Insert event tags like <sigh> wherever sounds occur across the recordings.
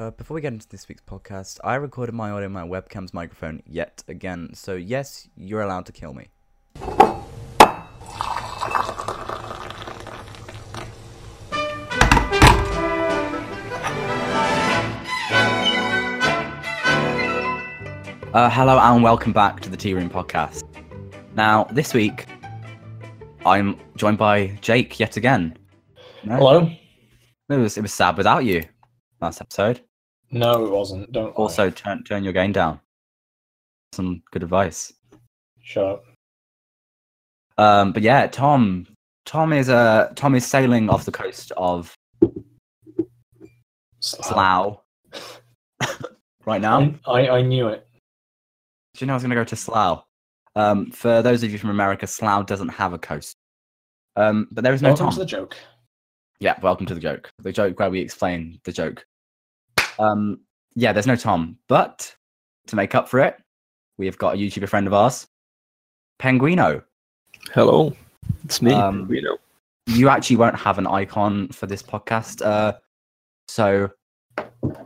Uh, before we get into this week's podcast, I recorded my audio on my webcam's microphone yet again, so yes, you're allowed to kill me. Uh, Uh, hello and welcome back to the Tea Room podcast. Now, this week, I'm joined by Jake yet again. No? Hello? It was, it was sad without you last episode. No, it wasn't. Don't lie. Also, turn turn your gain down. Some good advice. shut up. Um, but yeah, Tom. Tom is uh Tom is sailing off the coast of Slap. Slough <laughs> right now. Do I, I I knew it. you know I was going to go to Slough? Um, for those of you from America, Slough doesn't have a coast. Um, but there is no Welcome Tom. to the joke. Yeah, welcome to the joke. The joke where we explain the joke. Um, yeah, there's no Tom, but to make up for it, we have got a YouTuber friend of ours, Penguino. Hello, it's me. Um, we know. you actually won't have an icon for this podcast. Uh, so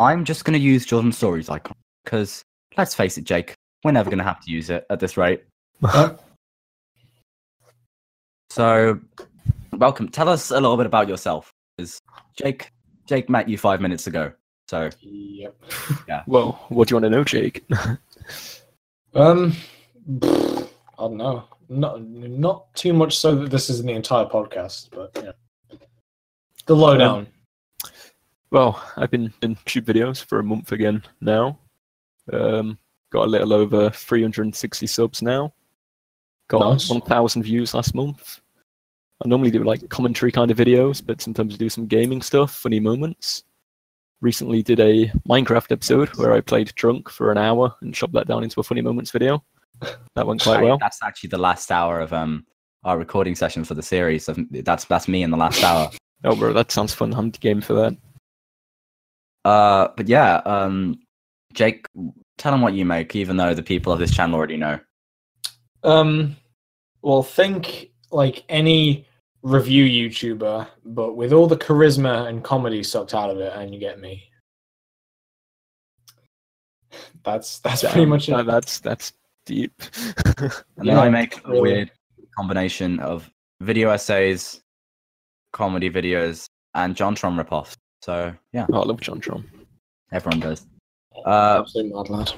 I'm just going to use Jordan Stories icon because let's face it, Jake, we're never going to have to use it at this rate. <laughs> Nope. so welcome. Tell us a little bit about yourself. 'cause Jake, Jake met you five minutes ago. So Yep. Whoa, what do you want to know, Jake? Um, pfft, I don't know. Not not too much so that this isn't the entire podcast, but yeah. The lowdown. well, I've been in shoot videos for a month again now. Um, got a little over 360 subs now. Got Nice. 1,000 views last month. I normally do like commentary kind of videos, but sometimes I do some gaming stuff, funny moments. Recently did a Minecraft episode where I played drunk for an hour and chopped that down into a funny moments video. That went quite Sorry, well. that's actually the last hour of um our recording session for the series. Of, that's that's me in the last hour. Oh, bro, that sounds fun. I'm game for that. Uh, but yeah, um, Jake, tell them what you make, even though the people of this channel already know. Um, well, think like any review YouTuber, but with all the charisma and comedy sucked out of it, and you get me. That's that's pretty Damn, much it. that- that's that's deep. <laughs> And then Yeah, I make a really. weird combination of video essays, comedy videos, and Jontron ripoffs. So yeah, Oh, I love John Tron. everyone does. Uh, Absolutely mad lad.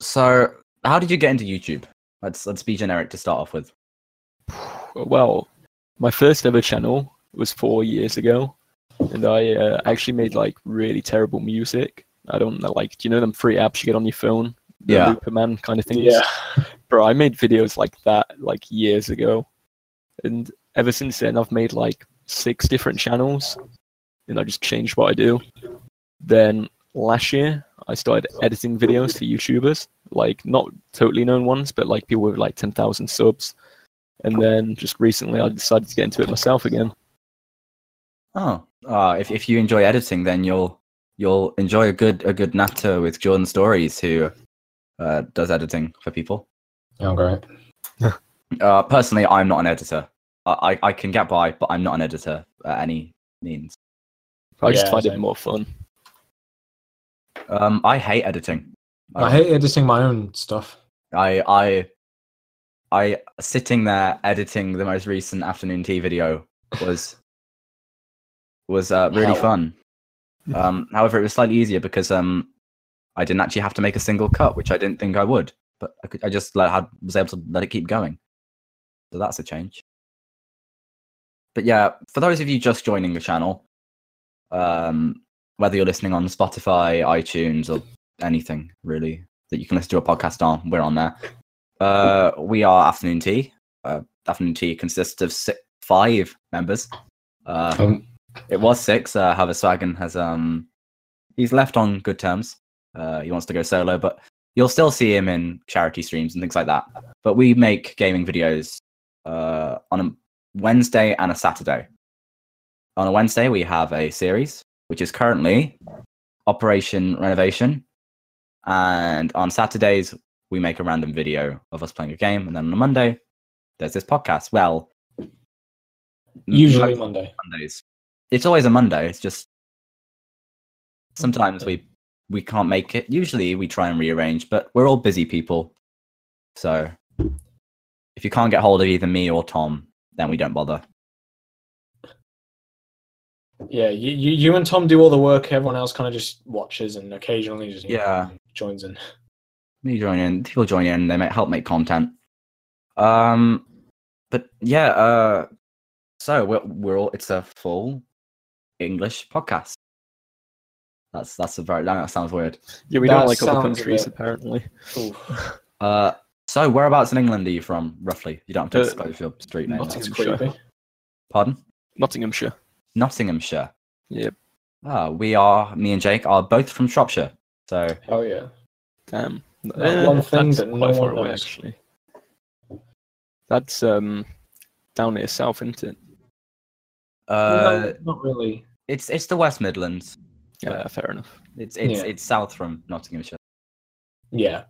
so how did you get into YouTube? Let's let's be generic to start off with. Well, my first ever channel was four years ago, and I uh, actually made like really terrible music. I don't know, like, do you know them free apps you get on your phone? The Yeah. Looper Man kind of things. Yeah. Bro, I made videos like that like years ago, and ever since then I've made like six different channels, and I just changed what I do. Then last year I started editing videos for YouTubers, like not totally known ones, but like people with like ten thousand subs. And then just recently I decided to get into it myself again. Oh, uh, if if you enjoy editing, then you'll you'll enjoy a good a good natter with Jordan Stories, who uh, does editing for people. Oh great. Uh, personally, I'm not an editor. I, I, I can get by, but I'm not an editor at any means. I just Yeah, find it same. more fun. Um, I hate editing. I hate editing my own stuff. I, I, I sitting there editing the most recent afternoon tea video was was uh, really Hell. fun. Um, however, it was slightly easier because um, I didn't actually have to make a single cut, which I didn't think I would. But I, could, I just let, had, was able to let it keep going. So that's a change. But yeah, for those of you just joining the channel, um, whether you're listening on Spotify, iTunes, or anything really that you can listen to a podcast on, we're on there. Uh, we are Afternoon Tea. Uh, Afternoon Tea consists of six, five members. Uh, Um, it was six. Uh, Haverswagen has um, he's left on good terms. Uh, he wants to go solo, but you'll still see him in charity streams and things like that. But we make gaming videos uh, on a Wednesday and a Saturday. On a Wednesday, we have a series which is currently Operation Renovation, and on Saturdays we make a random video of us playing a game, and then on a Monday there's this podcast. Well, m- usually Monday. Mondays. It's always a Monday. It's just sometimes we we can't make it. Usually we try and rearrange, but we're all busy people. So if you can't get hold of either me or Tom, then we don't bother. Yeah, you, you, you and Tom do all the work. Everyone else kind of just watches and occasionally just you know, Yeah. joins in. Me join in. People join in. They might help make content. Um, but yeah. Uh, so we're we're all. It's a full English podcast. That's that's a very. That sounds weird. Yeah, we That don't like other sounds a countries bit- apparently. Oof, Uh, so whereabouts in England are you from, roughly? You don't have to Uh, disclose your street name. Nottingham. that's that's- creepy. Pardon? Nottinghamshire. Nottinghamshire. Yep. Ah, we are. Me and Jake are both from Shropshire. So uh, Oh yeah. Damn. That one thing that's that no quite far one away knows. actually. That's um down near south, isn't it? uh, No, not really. it's it's the West Midlands. Yeah, fair enough. It's it's Yeah. it's south from Nottinghamshire. Yeah.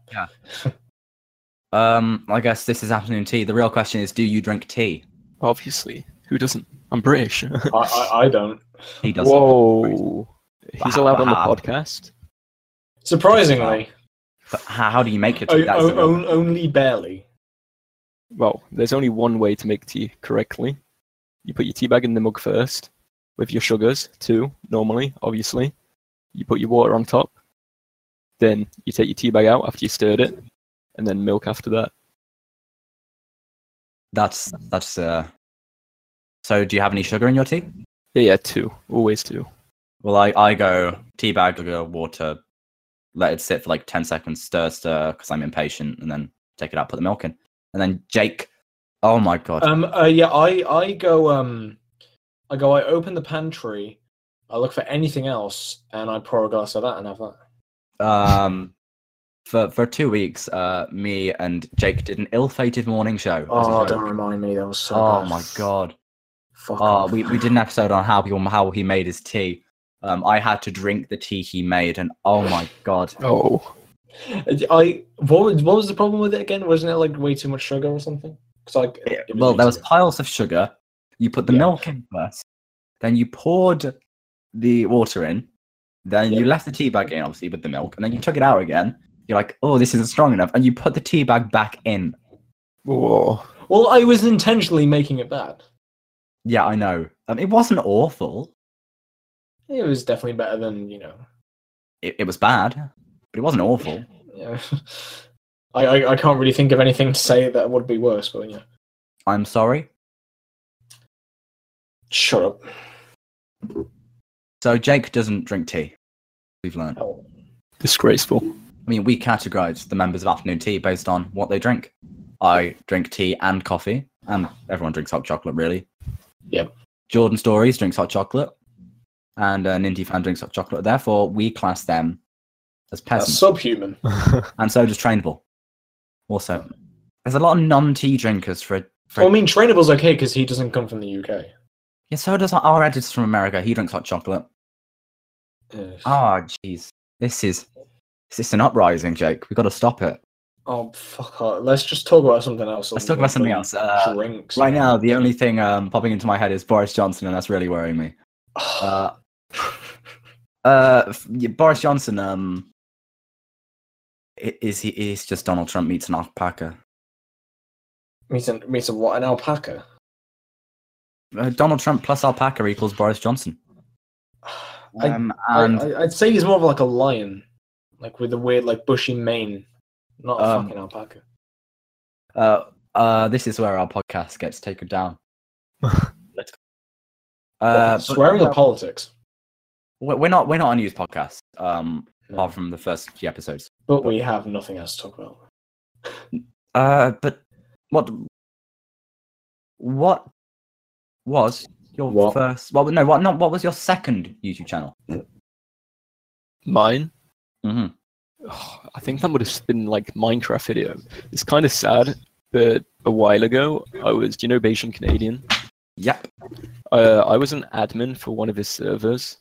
Um, I guess this is afternoon tea. The real question is, do you drink tea? Obviously. Who doesn't? I'm British. <laughs> I, I, I don't. He doesn't. Whoa. He's Wow. allowed on the podcast. Surprisingly, But how, how do you make your o- Oh, tea? That's the o- real- on- only barely. Well, there's only one way to make tea correctly. You put your tea bag in the mug first, with your sugars, too, normally, obviously. You put your water on top. Then you take your tea bag out after you stirred it, and then milk after that. that's that's uh. So, do you have any sugar in your tea? Yeah, yeah, two. Always two. Well, I I go tea bag, sugar, water, let it sit for like ten seconds, stir, stir, because I'm impatient, and then take it out, put the milk in, and then Jake. Oh my god! Um. Uh, yeah. I. I go. Um. I go. I open the pantry. I look for anything else, and I pour a glass of that and have that. Uh. um, for for two weeks, uh, me and Jake did an ill-fated morning show. as a Oh, joke. don't remind me. That was so. oh bad. my god! Fuck Oh, off. we, we did an episode on how he, how he made his tea. Um, I had to drink the tea he made, and oh my god, Oh. <laughs> I. What was, what was the problem with it again? Wasn't it like way too much sugar or something? Because like. It- it well, way there too was much. piles of sugar. You put the Yeah. milk in first, then you poured the water in, then you Yeah. left the tea bag in, obviously, with the milk, and then you took it out again. You're like, oh, this isn't strong enough, and you put the tea bag back in. Whoa. Well, I was intentionally making it bad. Yeah, I know. Um, it wasn't awful. It was definitely better than you know. It, it was bad, but it wasn't awful. Yeah. <laughs> I, I I can't really think of anything to say that would be worse, but yeah. I'm sorry. Shut up. So Jake doesn't drink tea. We've learned. Oh. Disgraceful. I mean, we categorize the members of afternoon tea based on what they drink. I drink tea and coffee, and everyone drinks hot chocolate, really. Yep. Jordan Stories drinks hot chocolate, and an indie fan drinks hot chocolate. Therefore, we class them as That's peasants, subhuman. and so does Trainable. Also, there's a lot of non-tea drinkers for. for Well, I mean, Trainable's okay because he doesn't come from the UK. yeah, so does our- our editor from America. He drinks hot chocolate. Yes. Ah, jeez, this is this is an uprising, Jake. We've got to stop it. Oh, fuck off. Let's just talk about something else. Let's talk about something else. Uh, Drinks. Right now, the only thing um, popping into my head is Boris Johnson, and that's really worrying me. Uh, uh, f- yeah, Boris Johnson, um, i- is he? Is just Donald Trump meets an alpaca. <sighs> meets, an, meets a what? An alpaca? Uh, Donald Trump plus alpaca equals Boris Johnson. I- Um, I- and I, would say he's more of like a lion, like with a weird, like bushy mane. Not a Um, fucking alpaca. uh, uh, this is where our podcast gets taken <laughs> down. Let's go. Uh, but- Swearing or politics? we're we're not we're not a news podcast. Um, No. apart from the first few episodes. But we have nothing else to talk about. Uh, but what? What was your What? first? Well, no, what? Not what was your second YouTube channel? <laughs> Mine? Mm-hmm. Mhm. Oh, I think that would have been like Minecraft video. It's kind of sad, but a while ago, I was, do you know Bayesian Canadian? Yep. Uh, I was an admin for one of his servers,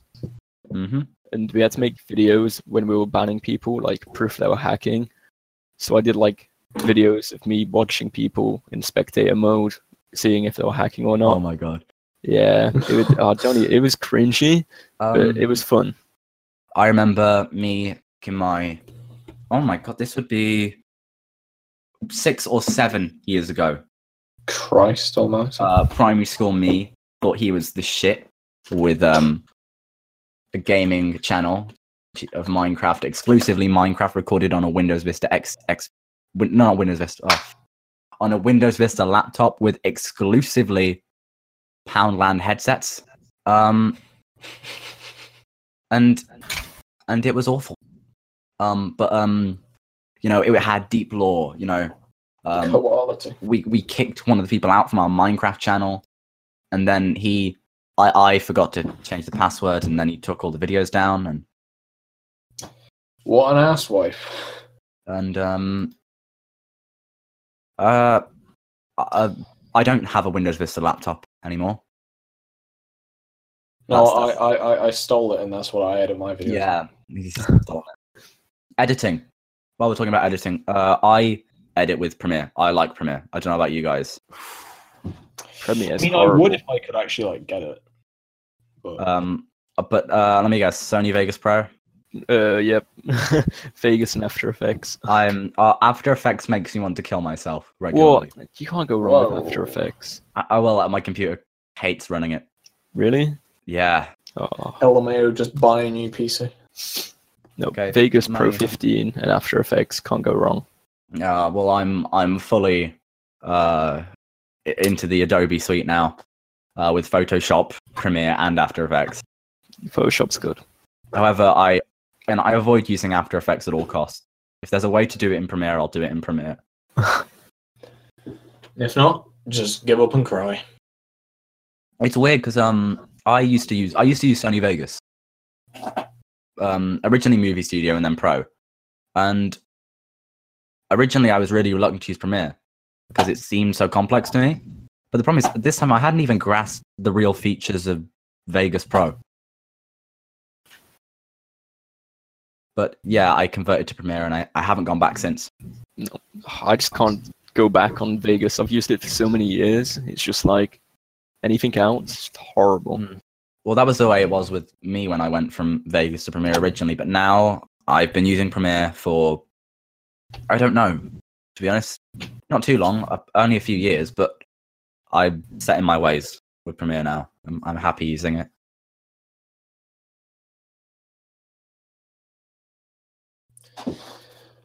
hmm and we had to make videos when we were banning people, like proof they were hacking. So I did like videos of me watching people in spectator mode, seeing if they were hacking or not. my god. uh, yeah, it was, oh, Johnny, it was e, cringy, but Um, it was fun. I remember me in my oh my god, this would be six or seven years ago. Christ almost. Uh, primary school me thought he was the shit with um a gaming channel of Minecraft exclusively Minecraft recorded on a Windows Vista X X Win- no not Windows Vista oh, on a Windows Vista laptop with exclusively Poundland headsets. Um, and and it was awful. Um, but um, you know, it had deep lore. You know, um, Quality. we we kicked one of the people out from our Minecraft channel, and then he, I I forgot to change the password, and then he took all the videos down, and What an ass wife. and um, uh, uh, I don't have a Windows Vista laptop anymore. No, That's- I, that's- I, I, I stole it, and that's what I had in my video. Yeah. he's just stolen it. editing. While we're talking about editing, uh, I edit with Premiere. I like Premiere. I don't know about you guys. Premiere I is mean, I horrible. would if I could actually like get it. But Um, uh, but uh, let me guess, Sony Vegas Pro. Uh, yep. <laughs> Vegas and After Effects. I'm uh, After Effects makes me want to kill myself Well, regularly. you can't go wrong with After Whoa. Effects. I, I will. uh, My computer hates running it. Really? Yeah. Oh LMAO just buy a new PC. no. Okay, Vegas Pro mine. 15 and After Effects can't go wrong. Uh, well, I'm I'm fully uh, i- into the Adobe suite now uh, with Photoshop, Premiere, and After Effects. Photoshop's good. However, I and I avoid using After Effects at all costs. If there's a way to do it in Premiere, I'll do it in Premiere. If not, just give up and cry. It's weird because um, I used to use I used to use Sony Vegas, um, originally Movie Studio and then Pro, and originally I was really reluctant to use Premiere because it seemed so complex to me. But the problem is, this time I hadn't even grasped the real features of Vegas Pro. But yeah, I converted to Premiere and I, I haven't gone back since. I just can't go back on Vegas. I've used it for so many years. It's just like anything else, it's just horrible. Mm. Well, that was the way it was with me when I went from Vegas to Premiere originally, but now I've been using Premiere for, I don't know, to be honest, not too long, uh, only a few years, but I'm set in my ways with Premiere now. I'm, I'm happy using it.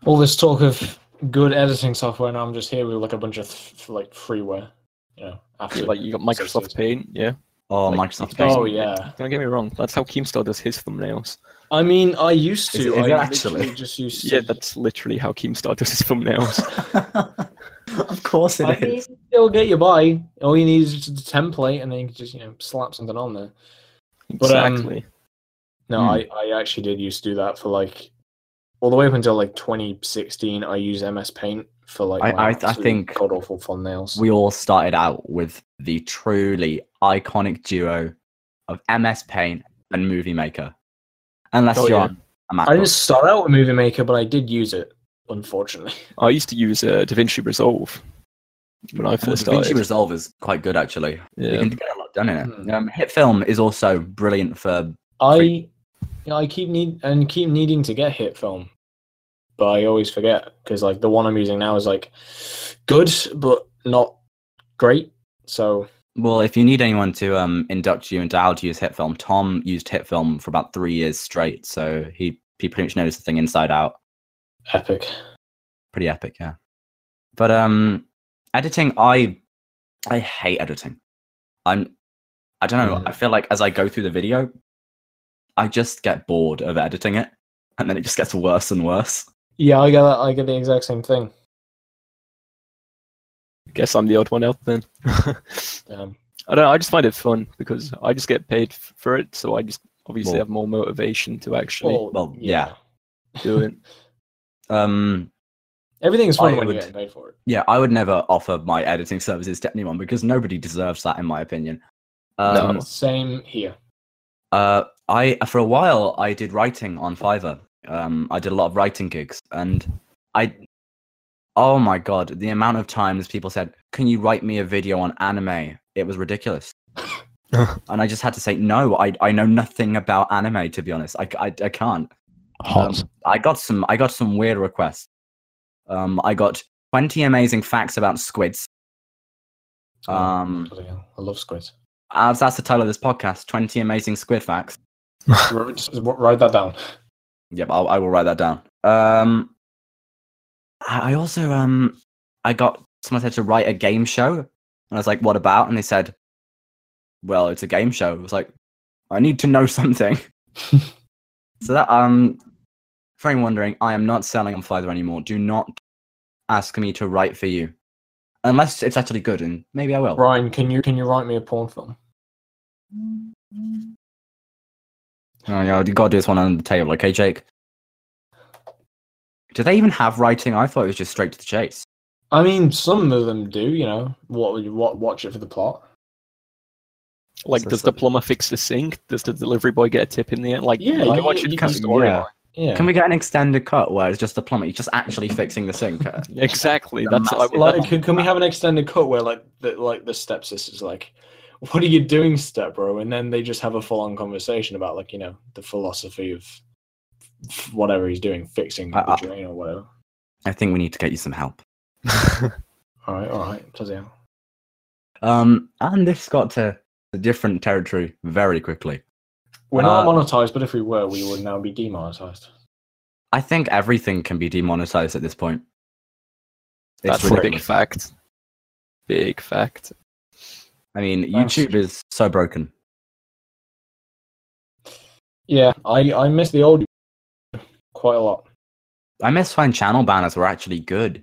All this talk of good editing software, now I'm just here with like a bunch of f- like freeware. You know, after Yeah, like you got Microsoft Paint, yeah. Oh, Like, Microsoft Paint. Paint. Oh, yeah. Don't get me wrong. That's how Keemstar does his thumbnails. I mean, I used to. Is- is I it actually? literally just used to. Yeah, that's literally how Keemstar does his thumbnails. <laughs> of course I it mean, is. it'll get you by. All you need is just the template, and then you can just you know slap something on there. But, um, exactly. No, Hmm. I, I actually did used to do that for like all the way up until like 2016. I used MS Paint for like I- my I- I absolute think god awful thumbnails. We all started out with the truly iconic duo of MS Paint and Movie Maker. Unless Oh, you're yeah. on a I MacBook. didn't start out with Movie Maker, but I did use it. Unfortunately, <laughs> I used to use uh, DaVinci Resolve when I Well, first DaVinci started. Resolve is quite good actually. You yeah. can get a lot done in it. Hmm. Um, Hit Film is also brilliant for. I yeah, I keep need and keep needing to get Hit Film, but I always forget because like the one I'm using now is like good but not great. So Well, if you need anyone to um, induct you into how to use Hit Film, Tom used Hit Film for about three years straight, so he he pretty much knows the thing inside out. epic. Pretty epic, yeah. But um, editing, I I hate editing. I'm I don't know. Mhm. I feel like as I go through the video, I just get bored of editing it, and then it just gets worse and worse. Yeah, I get that. I get the exact same thing. Guess I'm the odd one out <laughs> then. Um, I don't know, I just find it fun because I just get paid f- for it, so I just obviously Well- have more motivation to actually well, yeah. <laughs> do it. Um, Everything's I fun when would- you get paid for it. Yeah, I would never offer my editing services to anyone because nobody deserves that, in my opinion. Um, Same here. uh, I for a while I did writing on Fiverr. Um, I did a lot of writing gigs, and I, oh my god, the amount of times people said, "Can you write me a video on anime?" It was ridiculous. and I just had to say, no, I, I know nothing about anime, to be honest. I, I, I can't. Hot. Um, I got some. I got some weird requests. Um, I got twenty amazing facts about squids. Um, Bloody hell, I love squids. as that's the title of this podcast: twenty amazing squid facts. Write <laughs> write that down. Yep, I'll, I will write that down. Um, I I also um, I got someone said to write a game show, and I was like, "What about?" And they said, "Well, it's a game show." I was like, "I need to know <laughs> something." so that um, for anyone wondering, I am not selling on Fiverr anymore. Do not ask me to write for you, unless it's actually good, and maybe I will. Ryan, can you can you write me a porn film? Oh yeah, you gotta do this one on the table, okay, Jake? Do they even have writing? I thought it was just straight to the chase. I mean, some of them do. You know, what would you what watch it for the plot? Like, So does so- the plumber fix the sink? Does the delivery boy get a tip in the end? Like, Yeah, I you- watch you it for can- story. yeah. Yeah. Can we get an extended cut where it's just the plumber, he's just actually fixing the sink? Uh, <laughs> Exactly. The That's I, massive- that- like, can, can we have an extended cut where like the like the stepsister's like, "What are you doing, stepbro?" And then they just have a full on conversation about like you know the philosophy of f- whatever he's doing, fixing I- the I- drain or whatever. <laughs> I think we need to get you some help. <laughs> All right, all right, bloody hell. Um, and this got to a different territory very quickly. We're not Uh, monetized, but if we were, we would now be demonetized. I think everything can be demonetized at this point. that's a big ridiculous. fact. Big fact. I mean, Thanks. YouTube is so broken. Yeah, I I miss the old quite a lot. I miss when channel banners were actually good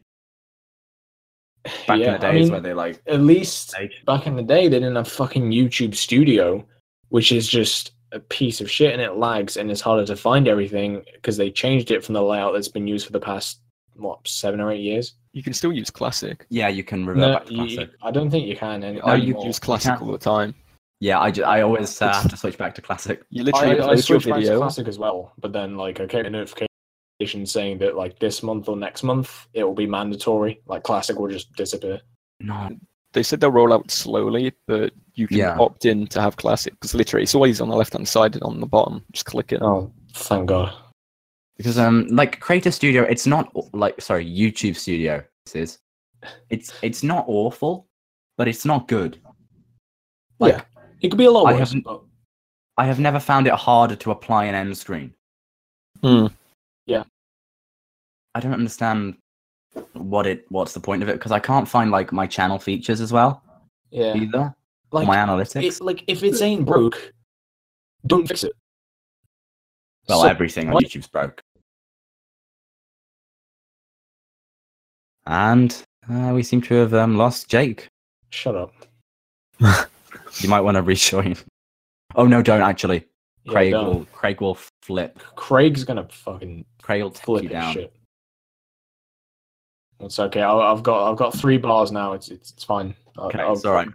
back yeah, in the I days mean, where they like. at least Like- back in the day they didn't have fucking YouTube Studio, which is just a piece of shit and it lags and it's harder to find everything because they changed it from the layout that's been used for the past what seven or eight years. You can still use classic. Yeah, you can revert No, back to you- classic. you- I don't think you can. Any, I anymore. use classic can't- all the time. Yeah, I, ju- I always uh, It's- have to switch back to classic. You I, literally I play your switched back to video. classic as well, but then like I get a notification saying that like this month or next month it will be mandatory. Like classic will just disappear. No, They said they'll roll out slowly, but you can Yeah. opt in to have classic because literally it's always on the left hand side and on the bottom. Just click it. Oh, thank God. because um, like Creator Studio, it's not aw- like sorry, YouTube Studio. This is, it's it's not awful, but it's not good. Like yeah, it could be a lot I worse. haven't- but- I have never found it harder to apply an end screen. Hmm. Yeah. I don't understand what it what's the point of it because I can't find like my channel features as well Yeah, either. or like my analytics. it, like if it ain't broke, don't fix it. Well, So- everything on what- YouTube's broke. And uh, we seem to have um, lost Jake. shut up. You might want to rejoin. Oh no, don't actually. Yeah, Craig don't. will Craig will flip. Craig's gonna fucking Craig will take flip you his down. shit. It's okay. I, I've got I've got three bars now. It's it's, it's fine. I- Okay, I've- it's all right.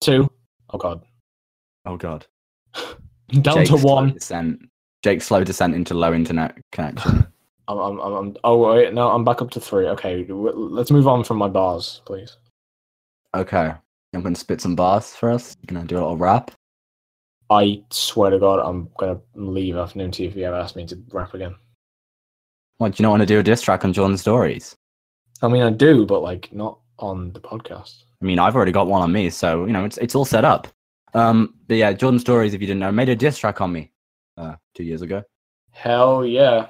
Two. Oh god. <laughs> Oh god. Down to Jake's slow one. Descent. Jake's slow descent into low internet connection. I'm, I'm, I'm, I'm- oh wait, no, I'm back up to three. Okay, w- let's move on from my bars, please. okay. I'm gonna spit some bars for us. You gonna do a little rap? I swear to God, I'm gonna leave afternoon tea if you ever ask me to rap again. What do you not want to do a diss track on Jordan Stories? I mean, I do, but like not on the podcast. I mean, I've already got one on me, so you know it's it's all set up. Um, but yeah, Jordan Stories, if you didn't know, made a diss track on me uh, two years ago. Hell yeah!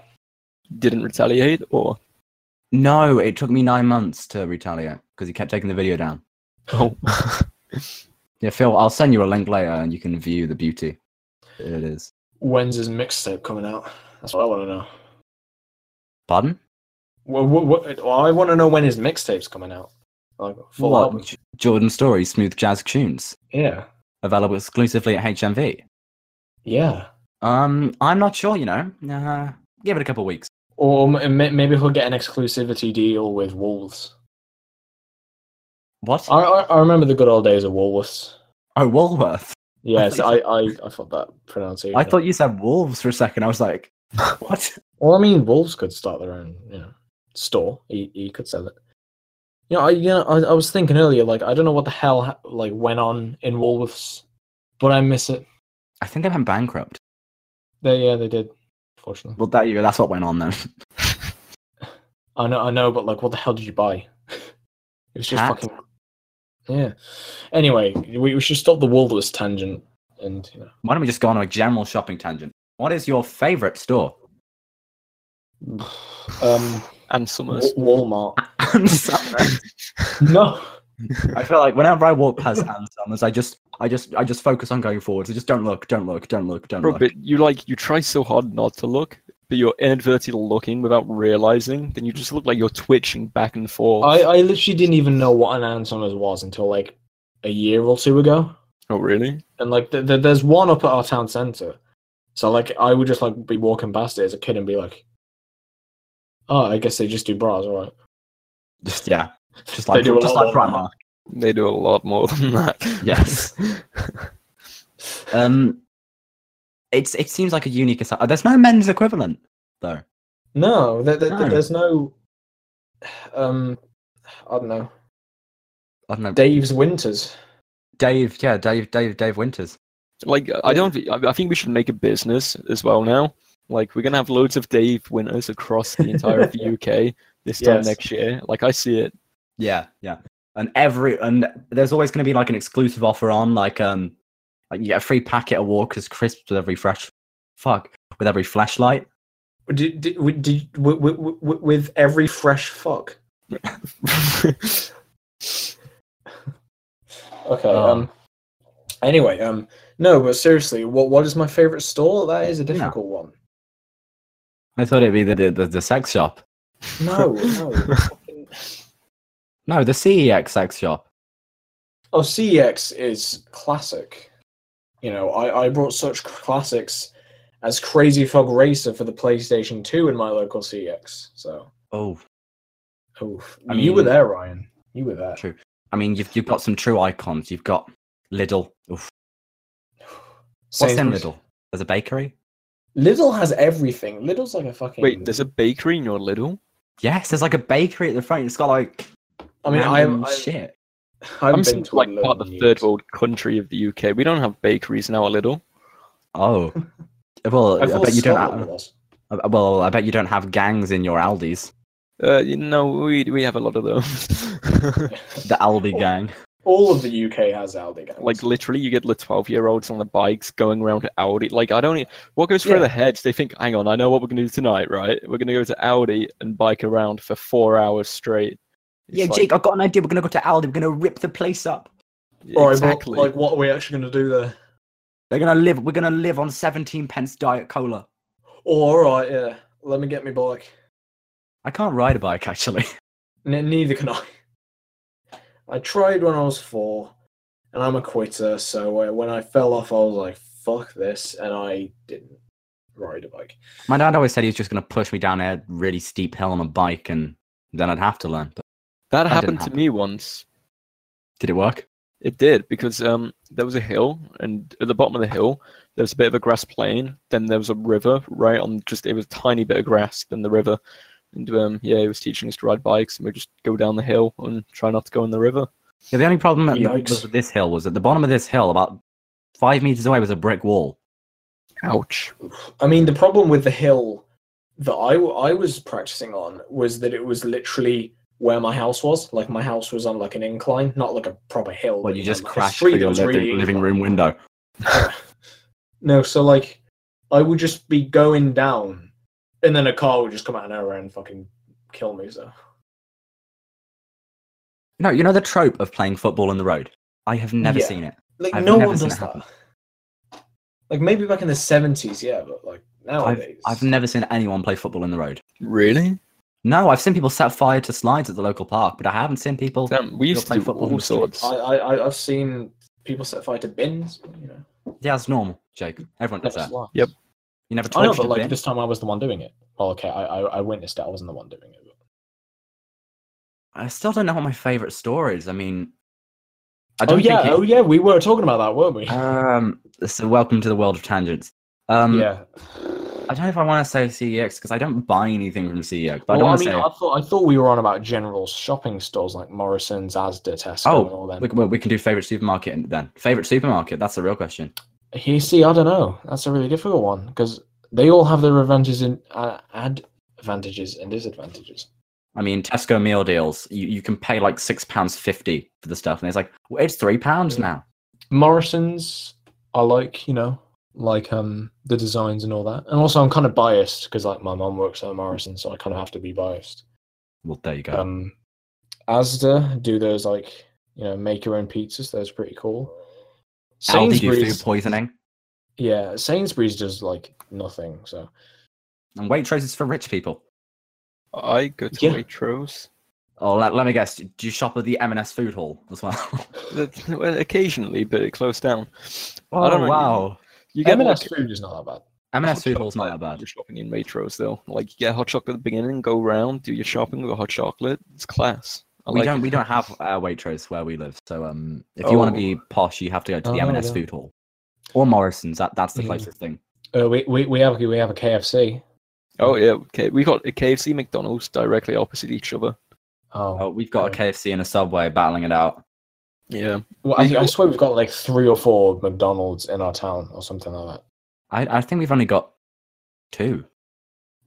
Didn't retaliate <laughs> or No, it took me nine months to retaliate because he kept taking the video down. oh. Yeah, Phil, I'll send you a link later and you can view the beauty. It is. When's his mixtape coming out? That's what I want to know. Pardon? Well, what, what, well, I want to know when his mixtape's coming out. Like full What? album. J- Jordan Stories, smooth jazz tunes, Yeah, available exclusively at HMV. yeah. Um, I'm not sure, you know. Uh, give it a couple of weeks. Or m- m- maybe he'll get an exclusivity deal with Wolves. What? I, I, I remember the good old days of Woolworths. Oh, Woolworth. Yes, I, thought I, I thought that pronunciation. I thought you said wolves for a second. I was like, <laughs> what? Well, I mean, Wolves could start their own, you know, store. He, he could sell it. You know, I, you know, I, I was thinking earlier, like, I don't know what the hell, ha- like, went on in Woolworths but I miss it. I think they went bankrupt. They yeah, they did. Fortunately, Well, that year, that's what went on then. <laughs> I know, I know, but like, what the hell did you buy? <laughs> It was just Hat? fucking. Yeah. Anyway, we, we should stop the Woolworths tangent, and you know, <sighs> Why don't we just go on a general shopping tangent? What is your favorite store? <laughs> um, and summers. Wa- Walmart. Ann Summers. no. I feel like whenever I walk past Ann Summers, I just, I just, I just focus on going forwards. I just don't look, don't look, don't look, don't Bro, look. but you like you try so hard not to look, but you're inadvertently looking without realizing. Then you just look like you're twitching back and forth. I, I literally didn't even know what an Ansonas was until like a year or two ago. oh really? And like, th- th- there's one up at our town centre. So like, I would just like be walking past it as a kid and be like, "Oh, I guess they just do bras, all right." Just yeah, just They like, do a just lot like more than Primark. They do a lot more than <laughs> that. Yes. um, it's it seems like a unique. assi- There's no men's equivalent though. No, there, there, No. there's no. Um, I don't know. I don't know. Dave's Winters. Dave, yeah, Dave, Dave, Dave Winters. <laughs> Like I don't. thi- I I think we should make a business as well now. Like we're gonna have loads of Dave winners across the <laughs> entire of the UK this time Yes. next year. Like I see it. Yeah, yeah. And every and there's always going to be like an exclusive offer on like um like you get a free packet of Walker's crisps with every fresh fuck with every flashlight. Did, did, with- did, with, with, with every fresh fuck. Okay. Oh. Um. Anyway, um, no, but seriously, what what is my favorite store? That is a difficult one. I thought it'd be the the, the, the sex shop. <laughs> No, no. fucking- No, the CEX sex shop. oh, CEX is classic. You know, I I brought such classics as Crazy Fog Racer for the PlayStation Two in my local CEX. So, Oh, oh, I you were mean- there, Ryan. You were there. true. I mean, you've you've got some true icons. You've got Lidl. Oof. What's in Sainsbury's. Lidl? There's a bakery. Lidl has everything. Lidl's like a fucking. <laughs> Wait, there's a bakery in your little. Yes, there's like a bakery at the front. It's got like I mean, I random am. I, shit. I I'm haven't been seeing, to a like Lidl part in of the years. third world country of the UK. We don't have bakeries in our little. <laughs> Oh, well, I I, thought bet you don't. Scotland Have, <laughs> was. uh, well, I bet you don't have gangs in your Aldi's. Uh, you know, we we have a lot of <laughs> those. The Aldi Oh. gang. All of the UK has Aldi. Guys. like literally, you get the twelve-year-olds on the bikes going around to Audi. Like I don't. e- What goes through Yeah. their heads? They think, "Hang on, I know what we're gonna do tonight, right? We're gonna go to Audi and bike around for four hours straight." It's Yeah, like- Jake, I've got an idea. We're gonna go to Aldi. We're gonna rip the place up. yeah, All right, but, exactly. like, what are we actually going to do there? They're gonna live. We're gonna live on seventeen pence diet cola. Oh, all right, yeah. Let me get me bike. I can't ride a bike actually. <laughs> N- neither can I. I tried when I was four, and I'm a quitter. So uh, when I fell off, I was like, "Fuck this," and I didn't ride a bike. My dad always said he was just gonna push me down a really steep hill on a bike, and then I'd have to learn. But that didn't happened to happen. me once. did it work? It did because um, there was a hill, and at the bottom of the hill, there was a bit of a grass plain. Then there was a river right on just it was a tiny bit of grass, then the river. And um, yeah, he was teaching us to ride bikes, and we just go down the hill and try not to go in the river. Yeah, the only problem that Yikes. was with this hill was at the bottom of this hill, about five meters away, was a brick wall. Ouch! I mean, the problem with the hill that I, w- I was practicing on was that it was literally where my house was. Like my house was on like an incline, not like a proper hill. Well, but, you know, just Oh, like a crashed street through that your was living, really living inclined. room window. No, so like I would just be going down, and then a car would just come out of nowhere and fucking kill me. So No, you know the trope of playing football on the road. I have never Yeah. seen it. like I've no never one seen does it that. happen. Like maybe back in the seventies, yeah, but like nowadays, I've never seen anyone play football on the road. Really? No, I've seen people set fire to slides at the local park, but I haven't seen people. Damn, we You'll used play to do football all with sorts. I, I I- I've seen people set fire to bins. You know, Yeah, it's normal, Jake. Everyone does never that. slap. Yep. You never I know, torch but a like bin. this time I was the one doing it. Well, okay, I, I, I witnessed it. I wasn't the one doing it. but- I still don't know what my favorite store is. I mean, I Oh don't yeah, think. oh it- yeah, we were talking about that, weren't we? Um, so welcome to the world of tangents. Um, yeah. I don't know if I want to say CEX because I don't buy anything from CEX, but I well, don't I want mean, to say. I thought I thought we were on about general shopping stores like Morrison's, Asda, Tesco, Oh, and all them. We can, well, we can do favorite supermarket then. Favorite supermarket? That's the real question. You see, I don't know. That's a really difficult one because they all have their advantages and uh, advantages and disadvantages. I mean, Tesco meal deals. You, you can pay like six pounds fifty for the stuff, and it's like well, it's three pounds Yeah. now. Morrison's I like, you know, like um the designs and all that. And also, I'm kind of biased because like my mom works at Morrison, so I kind of have to be biased. Well, there you go. Um, Asda do those like you know make your own pizzas. Those are pretty cool. Aldi do food Sainsbury's, poisoning, yeah, Sainsbury's does like nothing. So and Waitrose is for rich people. I go to Yeah. Waitrose. Oh, let, let me guess. Do you shop at the M&S food hall as well? <laughs> That- well, occasionally, but it closed down. Oh, I don't really- You get M&S like, food is not that bad. M&S hot food chocolate hall's not that bad. You're shopping in Waitrose though. Like you get hot chocolate at the beginning, go round, do your shopping with a hot chocolate. It's class. I We like don't it. we don't have <laughs> uh, Waitrose where we live. So um, if you want to be posh, you have to go to the Oh, M&S yeah. food hall or Morrison's. That that's the Yeah. closest thing. Uh, we, we we have we have a KFC. Oh yeah, okay. We got a KFC, McDonald's directly opposite each other. Oh, Oh, we've got a KFC and a Subway battling it out. Yeah. well, I, I swear we've got like three or four McDonald's in our town or something like that. I I think we've only got two.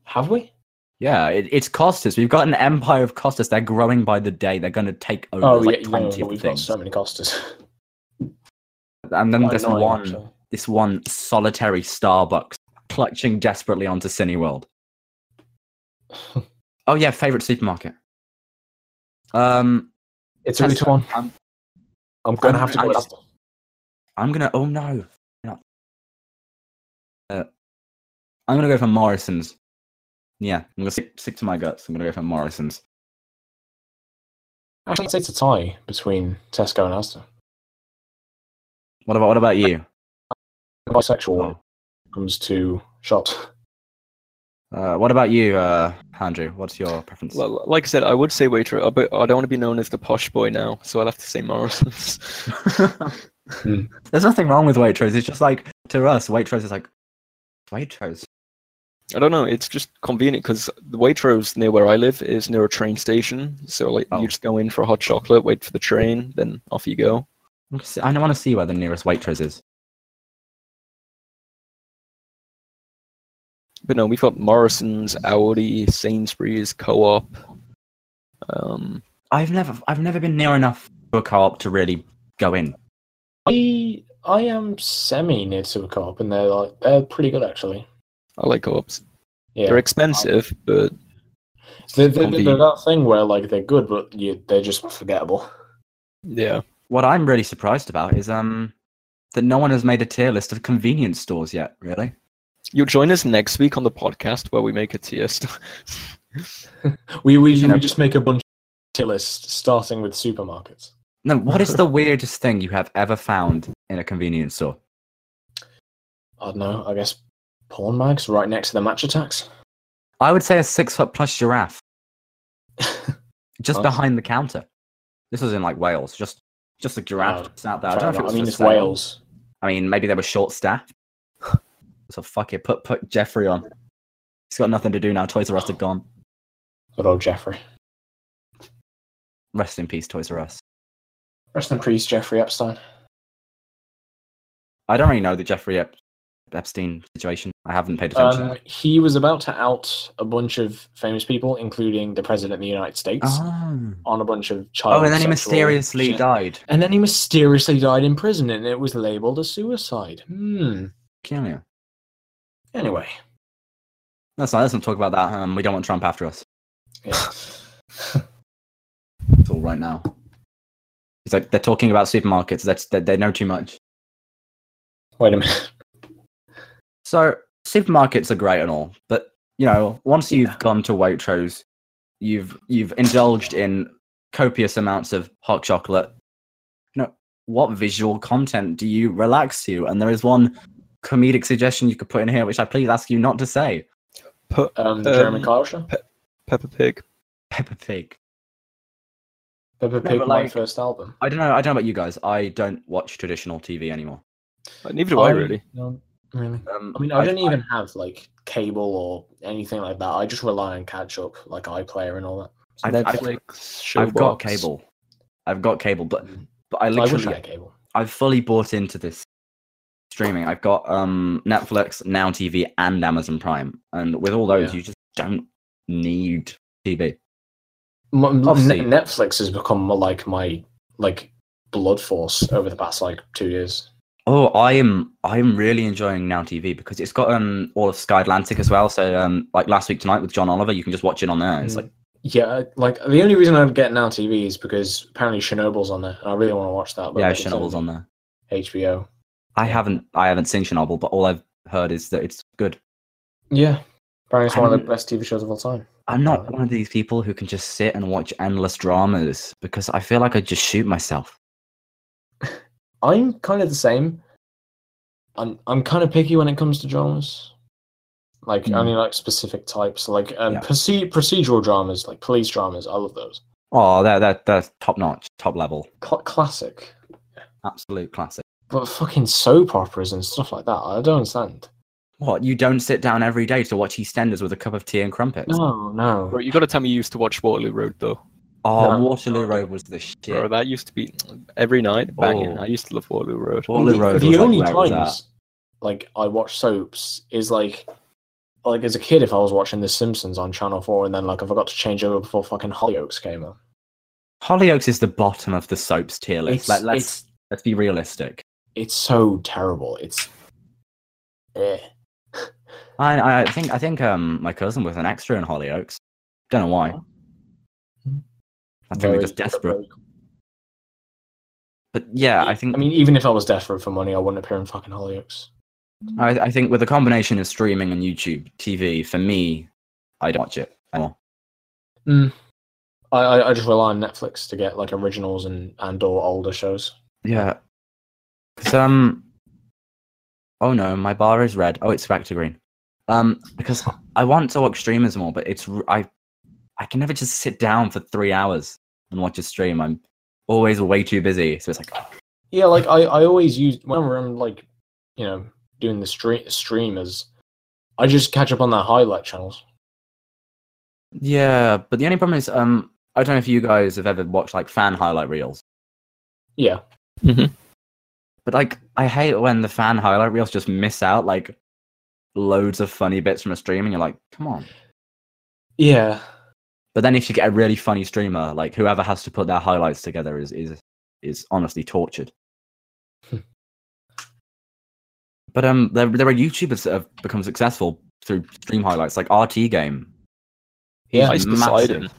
Have we? Yeah, it, it's Costas. We've got an empire of Costas. They're growing by the day. They're going to take over Oh There's like yeah, no, twenty but of the we've got things. so many <laughs> Costas. and then Quite this annoying, one, actually. this one solitary Starbucks clutching desperately onto Cineworld. oh yeah, favorite supermarket. Um, <laughs> It's a good Tesco. one. I'm, I'm gonna I'm- have to I'm go. just- I'm gonna. Oh no. No. Uh, I'm gonna go for Morrison's. Yeah, I'm gonna stick, stick to my guts. I'm gonna go for Morrison's. Actually, I'd say it's a tie between Tesco and Asda. What about what about you? Bisexual one Oh. comes to shops. Uh, what about you, uh, Andrew? What's your preference? Well, like I said, I would say Waitrose, uh, but I don't want to be known as the posh boy now, so I'll have to say Morrison's. There's nothing wrong with Waitrose. It's just like to us, Waitrose is like Waitrose. I don't know. It's just convenient because the Waitrose near where I live is near a train station, so like Oh. you just go in for a hot chocolate, wait for the train, then off you go. I'm just- I don't want to see where the nearest Waitrose is. But no, we've got Morrison's, Audi, Sainsbury's, Co-op. Um, I've never, I've never been near enough to a co-op to really go in. I I am semi near to a co-op, and they're like they're pretty good actually. I like Co-ops. Yeah, They're expensive, but they're, they're, Combi. they're that thing where like they're good, but you, they're just forgettable. yeah, What I'm really surprised about is um that no one has made a tier list of convenience stores yet. Really, you'll join us next week on the podcast where we make a tier. st- <laughs> We we, You we know- just make a bunch of tier lists starting with supermarkets. no. What <laughs> is the weirdest thing you have ever found in a convenience store? I don't know. I guess porn mags right next to the match attacks. I would say a six foot plus <laughs> giraffe. just Oh. behind the counter. This was in like Wales. Just just a giraffe Oh, just out there. I don't know if it was I mean, for it's sale. Wales. I mean, maybe they were short <laughs> staffed. so fuck it, put put Jeffrey on. He's got nothing to do now. Toys R Us are gone. Good old Jeffrey. Rest in peace, Toys R Us. Rest in peace, Jeffrey Epstein. I don't really know the Jeffrey Ep- Epstein situation. I haven't paid attention. Um, he was about to out a bunch of famous people, including the president of the United States, oh. on a bunch of child. oh, and then he sexual mysteriously shit. died. And then he mysteriously died in prison, and it was labeled a suicide. Hmm. Kill you. Anyway, That's not, let's not talk about that. Um, we don't want Trump after us. yeah. <laughs> It's all right now. It's like they're talking about supermarkets. That's they, they know too much. wait a minute. So supermarkets are great and all, but you know, once you've gone to Waitrose, you've you've indulged in copious amounts of hot chocolate. You know, what visual content do you relax to? And there is one comedic suggestion you could put in here, which I please ask you not to say. Um, Jeremy Kyle Peppa Pig. Peppa Pig. Peppa Pig, but my like- first album. I don't know. I don't know about you guys. I don't watch traditional TV anymore. Uh, Neither do I Um, really. no, Really? Um, I mean, I, don't even have like cable or anything like that. I just rely on catch up, like iPlayer and all that. I've- I've- Netflix, I've got Showbox. cable. I've got cable, but Mm. but I I wish I literally had cable. I've fully bought into this streaming. I've got um Netflix, Now TV, and Amazon Prime, and with all those, Yeah. you just don't need TV. M- m- Obviously- Ne- Netflix has become more like my like blood force over the past like two years. Oh, I am I am really enjoying Now TV because it's got um all of Sky Atlantic as well. So um like last week tonight with John Oliver, you can just watch it on Mm. there. It's like Yeah, like the only reason I'm getting now TV is because apparently Chernobyl's on there, and I really want to watch that. yeah, like, it's Chernobyl's on there. HBO. I haven't I haven't seen Chernobyl, but all I've heard is that it's good. Yeah, apparently it's one of the I'm- best TV shows of all time. I'm not Right. one of these people who can just sit and watch endless dramas because I feel like I just shoot myself. I'm kind of the same. I'm I'm kind of picky when it comes to dramas, like Mm. only like specific types, like um, Yeah. proce- procedural dramas, like police dramas. I love those. Oh, they're, they're, they're top notch, top level, Cl- classic, absolute classic. but fucking soap operas and stuff like that. I don't understand. What you don't sit down every day to watch EastEnders with a cup of tea and crumpets? No, no. Bro, you got to tell me you used to watch Waterloo Road though. Oh, No. Waterloo Road was the shit. Bro, that used to be every night banging. Oh. I used to love Waterloo Road. Well, Waterloo Road was, the like, only where it was times like I watch soaps is like like as a kid if I was watching The Simpsons on Channel Four and then like I forgot to change over before fucking Hollyoaks came out. Hollyoaks is the bottom of the soaps tier list. It's- Let, let's it's- let's be realistic. It's so terrible. It's eh. I, I think I think um my cousin was an extra in Hollyoaks. Don't know why. I think we're very- just desperate. But yeah, I think I mean, even if I was desperate for money, I wouldn't appear in fucking Hollyoaks. I, I think with the combination of streaming and YouTube TV, for me, I don't watch it anymore. I, I I just rely on Netflix to get like originals and and or older shows. Yeah. 'Cause, um. Oh no, my bar is red. Oh, it's back to green. Um, because I want to watch streamers more, but it's r- I, I can never just sit down for three hours and watch a stream. I'm always way too busy, so it's like Yeah, like I I always use whenever I'm like, you know, doing the stream streamers, I just catch up on their highlight channels. yeah. But the only problem is, um, I don't know if you guys have ever watched like fan highlight reels, Yeah, but like I hate when the fan highlight reels just miss out like loads of funny bits from a stream, and you're like, come on. yeah. But then if you get a really funny streamer, like whoever has to put their highlights together is is is honestly tortured. but um, there there are YouTubers that have become successful through stream highlights, like RT Game. Yeah. Nice massive. Poseidon.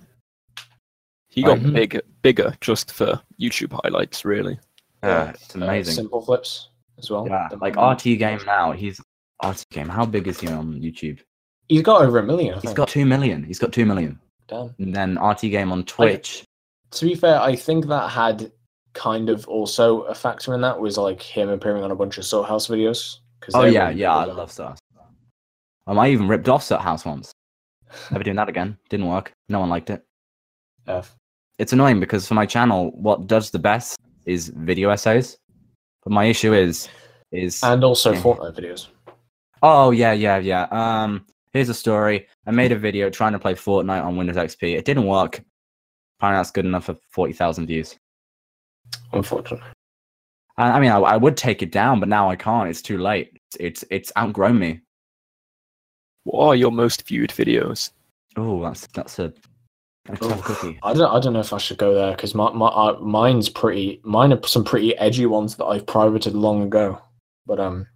He got Mm-hmm. Mhm. bigger, bigger just for YouTube highlights, really. Uh, it's Uh, amazing. simple flips as well. Um, yeah, The- like RT Game now. He's RT Game. How big is he on YouTube? He's got over a million. I He's think. got two million. He's got two million. Damn. And then RT Game on Twitch. To be fair, I think that had kind of also a factor in that was like him appearing on a bunch of Sort House videos. 'cause Oh they yeah, were- yeah. I love Star. Um, I even ripped off Sut House once. Never doing that again. Didn't work. No one liked it. F. it's annoying because for my channel, what does the best is video essays. But my issue is, is And also Yeah. Fortnite videos. oh yeah, yeah, yeah. Um, here's a story. I made a video trying to play Fortnite on Windows XP. It didn't work. Apparently, that's good enough for forty thousand views. Unfortunately. I, I mean, I, I would take it down, but now I can't. It's too late. It's it's, it's outgrown me. What are your most viewed videos? Oh, that's that's a, a tough cookie. I don't. I don't know if I should go there because my my uh, mine's pretty. Mine are some pretty edgy ones that I've privated long ago. But um,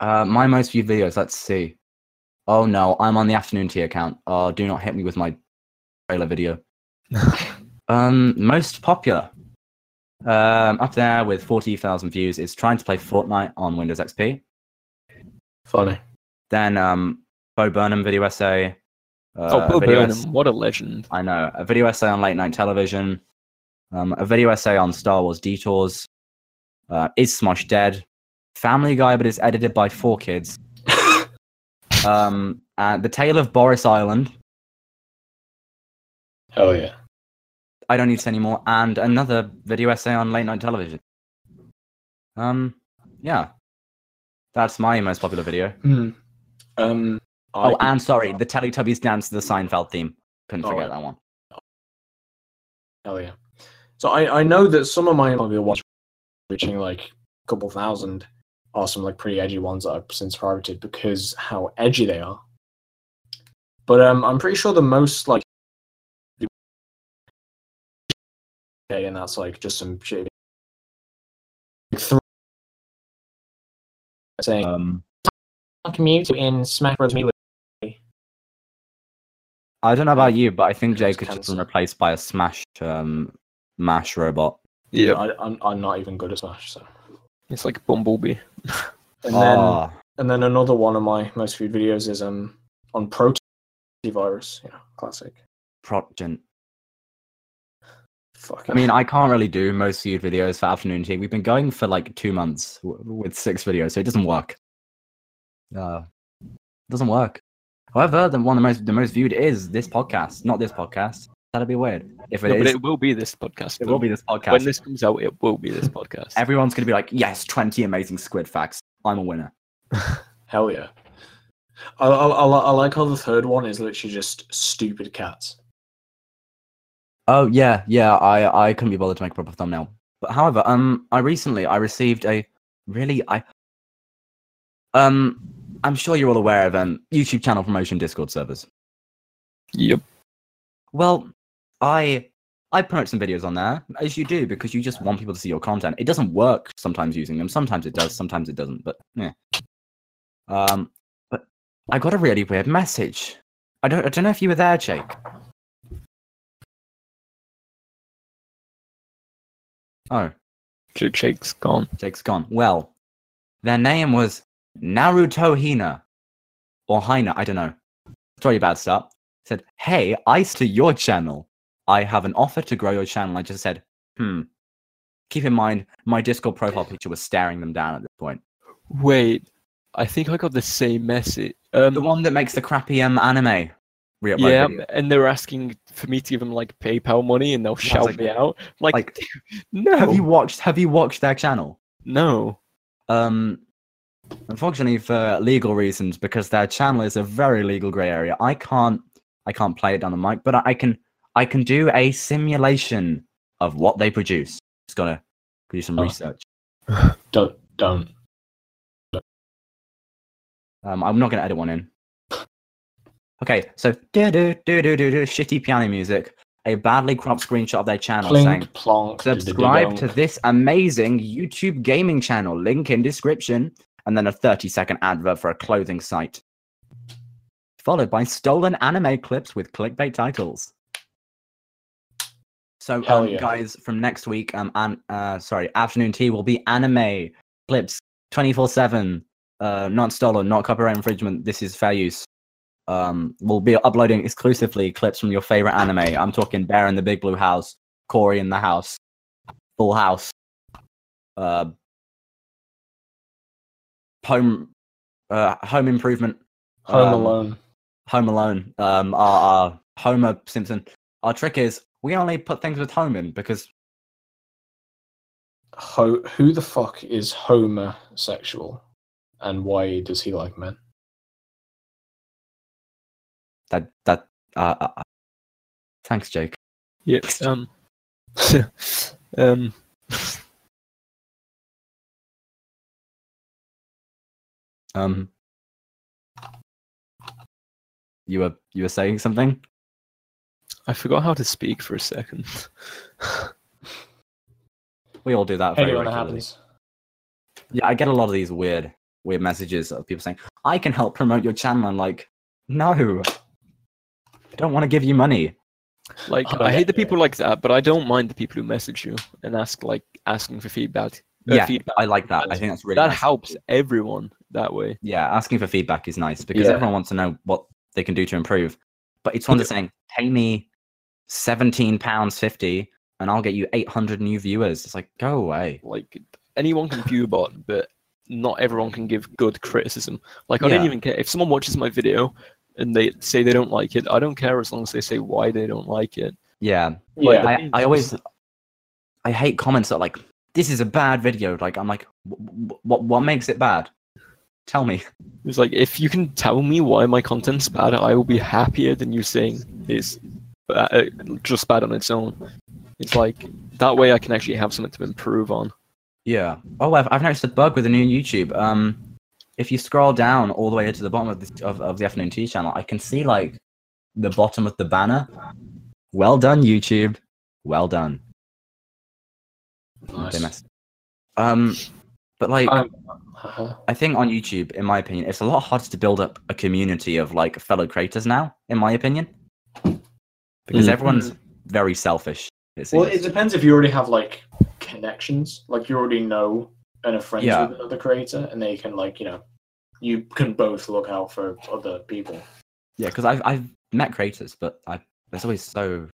Uh, my most viewed videos. Let's see. Oh no, I'm on the afternoon tea account. Oh, do not hit me with my trailer <laughs> video. Um, most popular. Um, up there with 40,000 views is trying to play Fortnite on Windows XP. funny. Then um, Bo Burnham video essay. Uh, oh, Bo a video ess- Burnham, what a legend. I know. A video essay on late night television. Um, a video essay on Star Wars detours. Uh, is Smosh dead? Family Guy, but it's edited by four <laughs> kids. um, and the Tale of Boris Island. Hell Oh, yeah. I don't need to say anymore, and another video essay on late night television. Um, yeah, That's my most popular video. Hmm. Um. Oh, I- and sorry, the Teletubbies dance to the Seinfeld theme. Couldn't Oh, forget yeah. that one. Hell yeah. So I, I know that some of my popular ones reaching like a couple thousand are some like pretty edgy ones that I've since pirated because how edgy they are. But um, I'm pretty sure the most like okay, and that's like just some shit. Like, thr- saying Um, "Fuck me" in Smash Bros. Melee. I don't know about you, but I think It was Jake has just been cancelled. replaced by a Smash um, Mash robot. Yeah, I, I'm, I'm not even good at Smash. So it's like Bumblebee. and then Ah, And then another one of my most viewed videos is um on protovirus, you know, classic. Progent. Fuck. I mean, I can't really do most viewed videos for afternoon tea. We've been going for like two months w- with six videos, so it doesn't work. Uh, it doesn't work. However, the one the most the most viewed is this podcast, not this podcast. That'd be weird. If it No, is, but it, it will be this podcast. will though. be this podcast. When this comes out, it will <laughs> be this podcast. Everyone's gonna be like, "Yes, twenty amazing squid facts. I'm a winner." hell yeah. I, I, I, I like how the third one is literally just stupid cats. Oh yeah, yeah. I I couldn't be bothered to make a proper thumbnail. But however, um, I recently I received a really I um I'm sure you're all aware of um YouTube channel promotion Discord servers. Yep. Well, I I promote some videos on there as you do because you just want people to see your content. It doesn't work sometimes using them. Sometimes it does. Sometimes it doesn't. But yeah. Um, but I got a really weird message. I don't I don't know if you were there, Jake. Oh, Jake Shake's gone. Jake's gone. Well, their name was Naruto Hina or Hina. I don't know. It's already a bad start. Said, "Hey, I to your channel. I have an offer to grow your channel." I just said, "Hmm." Keep in mind, my Discord profile picture was staring them down at this point. Wait, I think I got the same message. Um, The one that makes the crappy um anime re-upload yeah, video. and they were asking for me to give them like PayPal money, and they'll was shout like- me out. Like, Like, no, have you watched? Have you watched their channel? no. Um, unfortunately, for legal reasons, because their channel is a very legal gray area, I can't, I can't play it down the mic, but I, I can, I can do a simulation of what they produce. Just gotta do some Oh. research. Don't don't. Um, I'm not gonna edit one in. Okay, so do do do do do do shitty piano music, a badly cropped screenshot of their channel saying. Plink plonk. Subscribe to diddy-dong. Um, this amazing YouTube gaming channel. Link in description, and then a 30 second advert for a clothing site. Followed by stolen anime clips with clickbait titles. So, Hell um, yeah. guys, from next week, um, an, uh, sorry, afternoon tea will be anime clips 24 7, uh, not stolen, not copyright infringement. This is fair use. Um, we'll be uploading exclusively clips from your favorite anime. I'm talking Bear in the Big Blue House, Corey in the House, Full House, uh, Home, uh, Home Improvement, Home um, Alone. Home Alone, um, our, our Homer Simpson. Our trick is we only put things with home in because Ho- who the fuck is homosexual, and why does he like men? that that. Uh, uh, uh, thanks, Jake. Yeah. Um. <laughs> um. Um, you were you were saying something. I forgot how to speak for a second. We all do that. Hey, Very when it regularly. happens. Yeah, I get a lot of these weird, weird messages of people saying, "I can help promote your channel." I'm like, no, I don't want to give you money. Like, Oh, I yeah, hate the yeah. people like that, but I don't mind the people who message you and ask like asking for feedback. uh, Yeah, feedback. I like that. I think that's really that nice. helps everyone that way. Yeah, asking for feedback is nice because Yeah. everyone wants to know what they can do to improve. But it's one that's saying, "Pay me seventeen pounds fifty, and I'll get you eight hundred new viewers." It's like, go away. Like anyone can <laughs> view a bot, but not everyone can give good criticism. Like I Yeah. don't even care if someone watches my video and they say they don't like it. I don't care as long as they say why they don't like it. Yeah, Yeah. I, I always, I hate comments that are like, "This is a bad video." Like, I'm like, what what makes it bad? Tell me. It's like if you can tell me why my content's bad, I will be happier than you saying it's ba- uh, just bad on its own. It's like that way I can actually have something to improve on. Yeah. Oh, I've, I've noticed a bug with the new YouTube. Um, if you scroll down all the way to the bottom of the, of, of the afternoon tea channel, I can see like the bottom of the banner. Well done, YouTube. Well done. They messed. Um, but like, Um, uh-huh. I think on YouTube, in my opinion, it's a lot harder to build up a community of like fellow creators now, in my opinion, because Mm. everyone's very selfish. It seems. Well, it depends if you already have like connections, like you already know and are friends Yeah. with another creator, and they can like you know, you can both look out for other people. yeah, because I've I've met creators, but I it's always so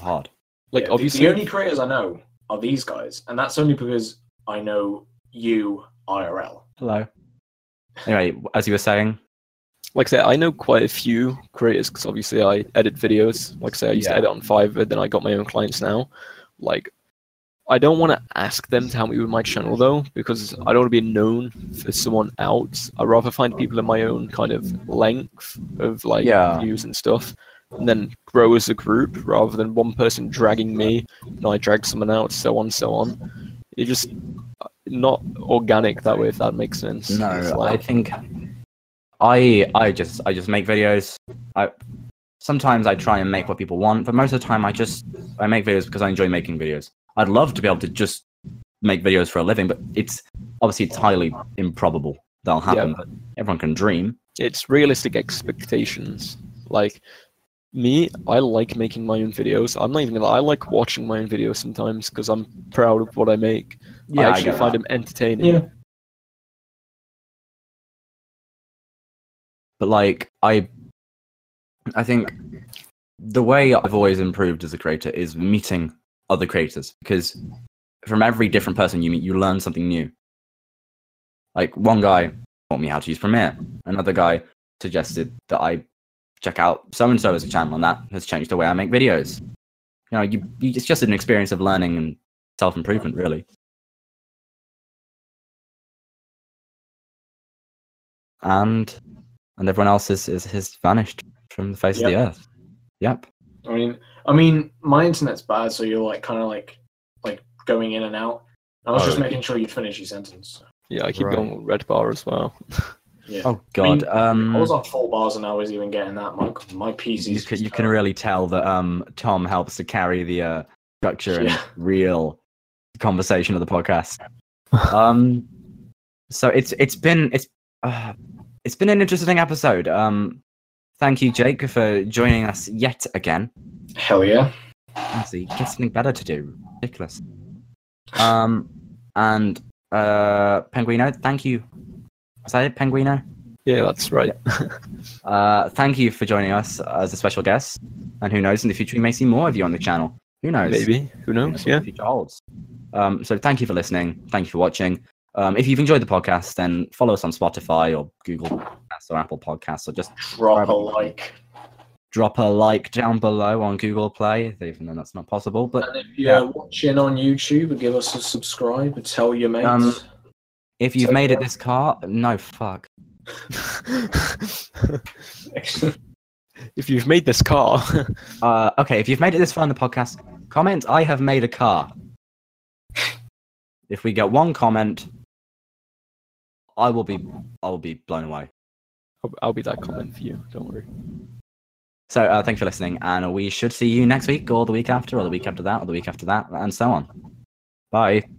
hard. Like Yeah, the- obviously, the only creators I know are these guys, and that's only because I know you IRL. Hello. Anyway, as you were saying, like I said, I know quite a few creators because obviously I edit videos. Like I say, I used Yeah. to edit on Fiverr, then I got my own clients now. Like, I don't want to ask them to help me with my channel though, because I don't want to be known for someone else. I rather find people in my own kind of length of like Yeah. views and stuff, and then grow as a group rather than one person dragging me and I drag someone out, so on, so on. It just uh, not organic that way, if that makes sense. It's No, I like- think I I just I just make videos. I sometimes I try and make what people want, but most of the time I just I make videos because I enjoy making videos. I'd love to be able to just make videos for a living, but it's obviously it's highly improbable that'll happen. But everyone can dream. it's realistic expectations. Like me, I like making my own videos. I'm not even gonna. lie, I like watching my own videos sometimes because I'm proud of what I make. I actually get find that. them entertaining. Yeah. But like I I think the way I've always improved as a creator is meeting other creators because from every different person you meet, you learn something new. Like one guy taught me how to use Premiere. Another guy suggested that I check out so and so as a channel, and that has changed the way I make videos. You know, you, you, it's just an experience of learning and self improvement, really. And and everyone else is is has vanished from the face of the earth. Yep. I mean, I mean, my internet's bad, so you're like kind of like like going in and out. I was Oh. just making sure you finish your sentence. Yeah, I keep Right. going with red bar as well. Yeah. Oh God. um, I was on four bars and I was even getting that. My my PC's you can, you can really tell that um, Tom helps to carry the uh, structure Yeah. and real conversation of the podcast. um, so it's it's been it's uh, it's been an interesting episode. Um, thank you, Jake, for joining us yet again. hell yeah. Honestly, get something better to do. Ridiculous. Um, and uh, Penguino, thank you. Is that it, Penguino? Yeah, that's right. Uh, thank you for joining us as a special guest. And who knows, in the future, we may see more of you on the channel. Who knows? Maybe. Who That's knows? what Yeah. <laughs> the future holds. Um, so thank you for listening. Thank you for watching. Um, if you've enjoyed the podcast, then follow us on Spotify or Google Podcasts or Apple Podcasts, or just Drop a Probably. like. drop a like down below on Google Play, even though that's not possible. But And if you're Yeah. watching on YouTube, give us a subscribe and tell your mates. Um, <laughs> if you've Take made it care. this far, no fuck. if you've made this car, <laughs> Uh, okay, if you've made it this far in the podcast, comment I have made a car. if we get one comment, I will be I will be blown away. I'll, I'll be that comment for you. Don't worry. So uh, thank you for listening, and we should see you next week, or the week after, or the week after that, or the week after that, and so on. Bye.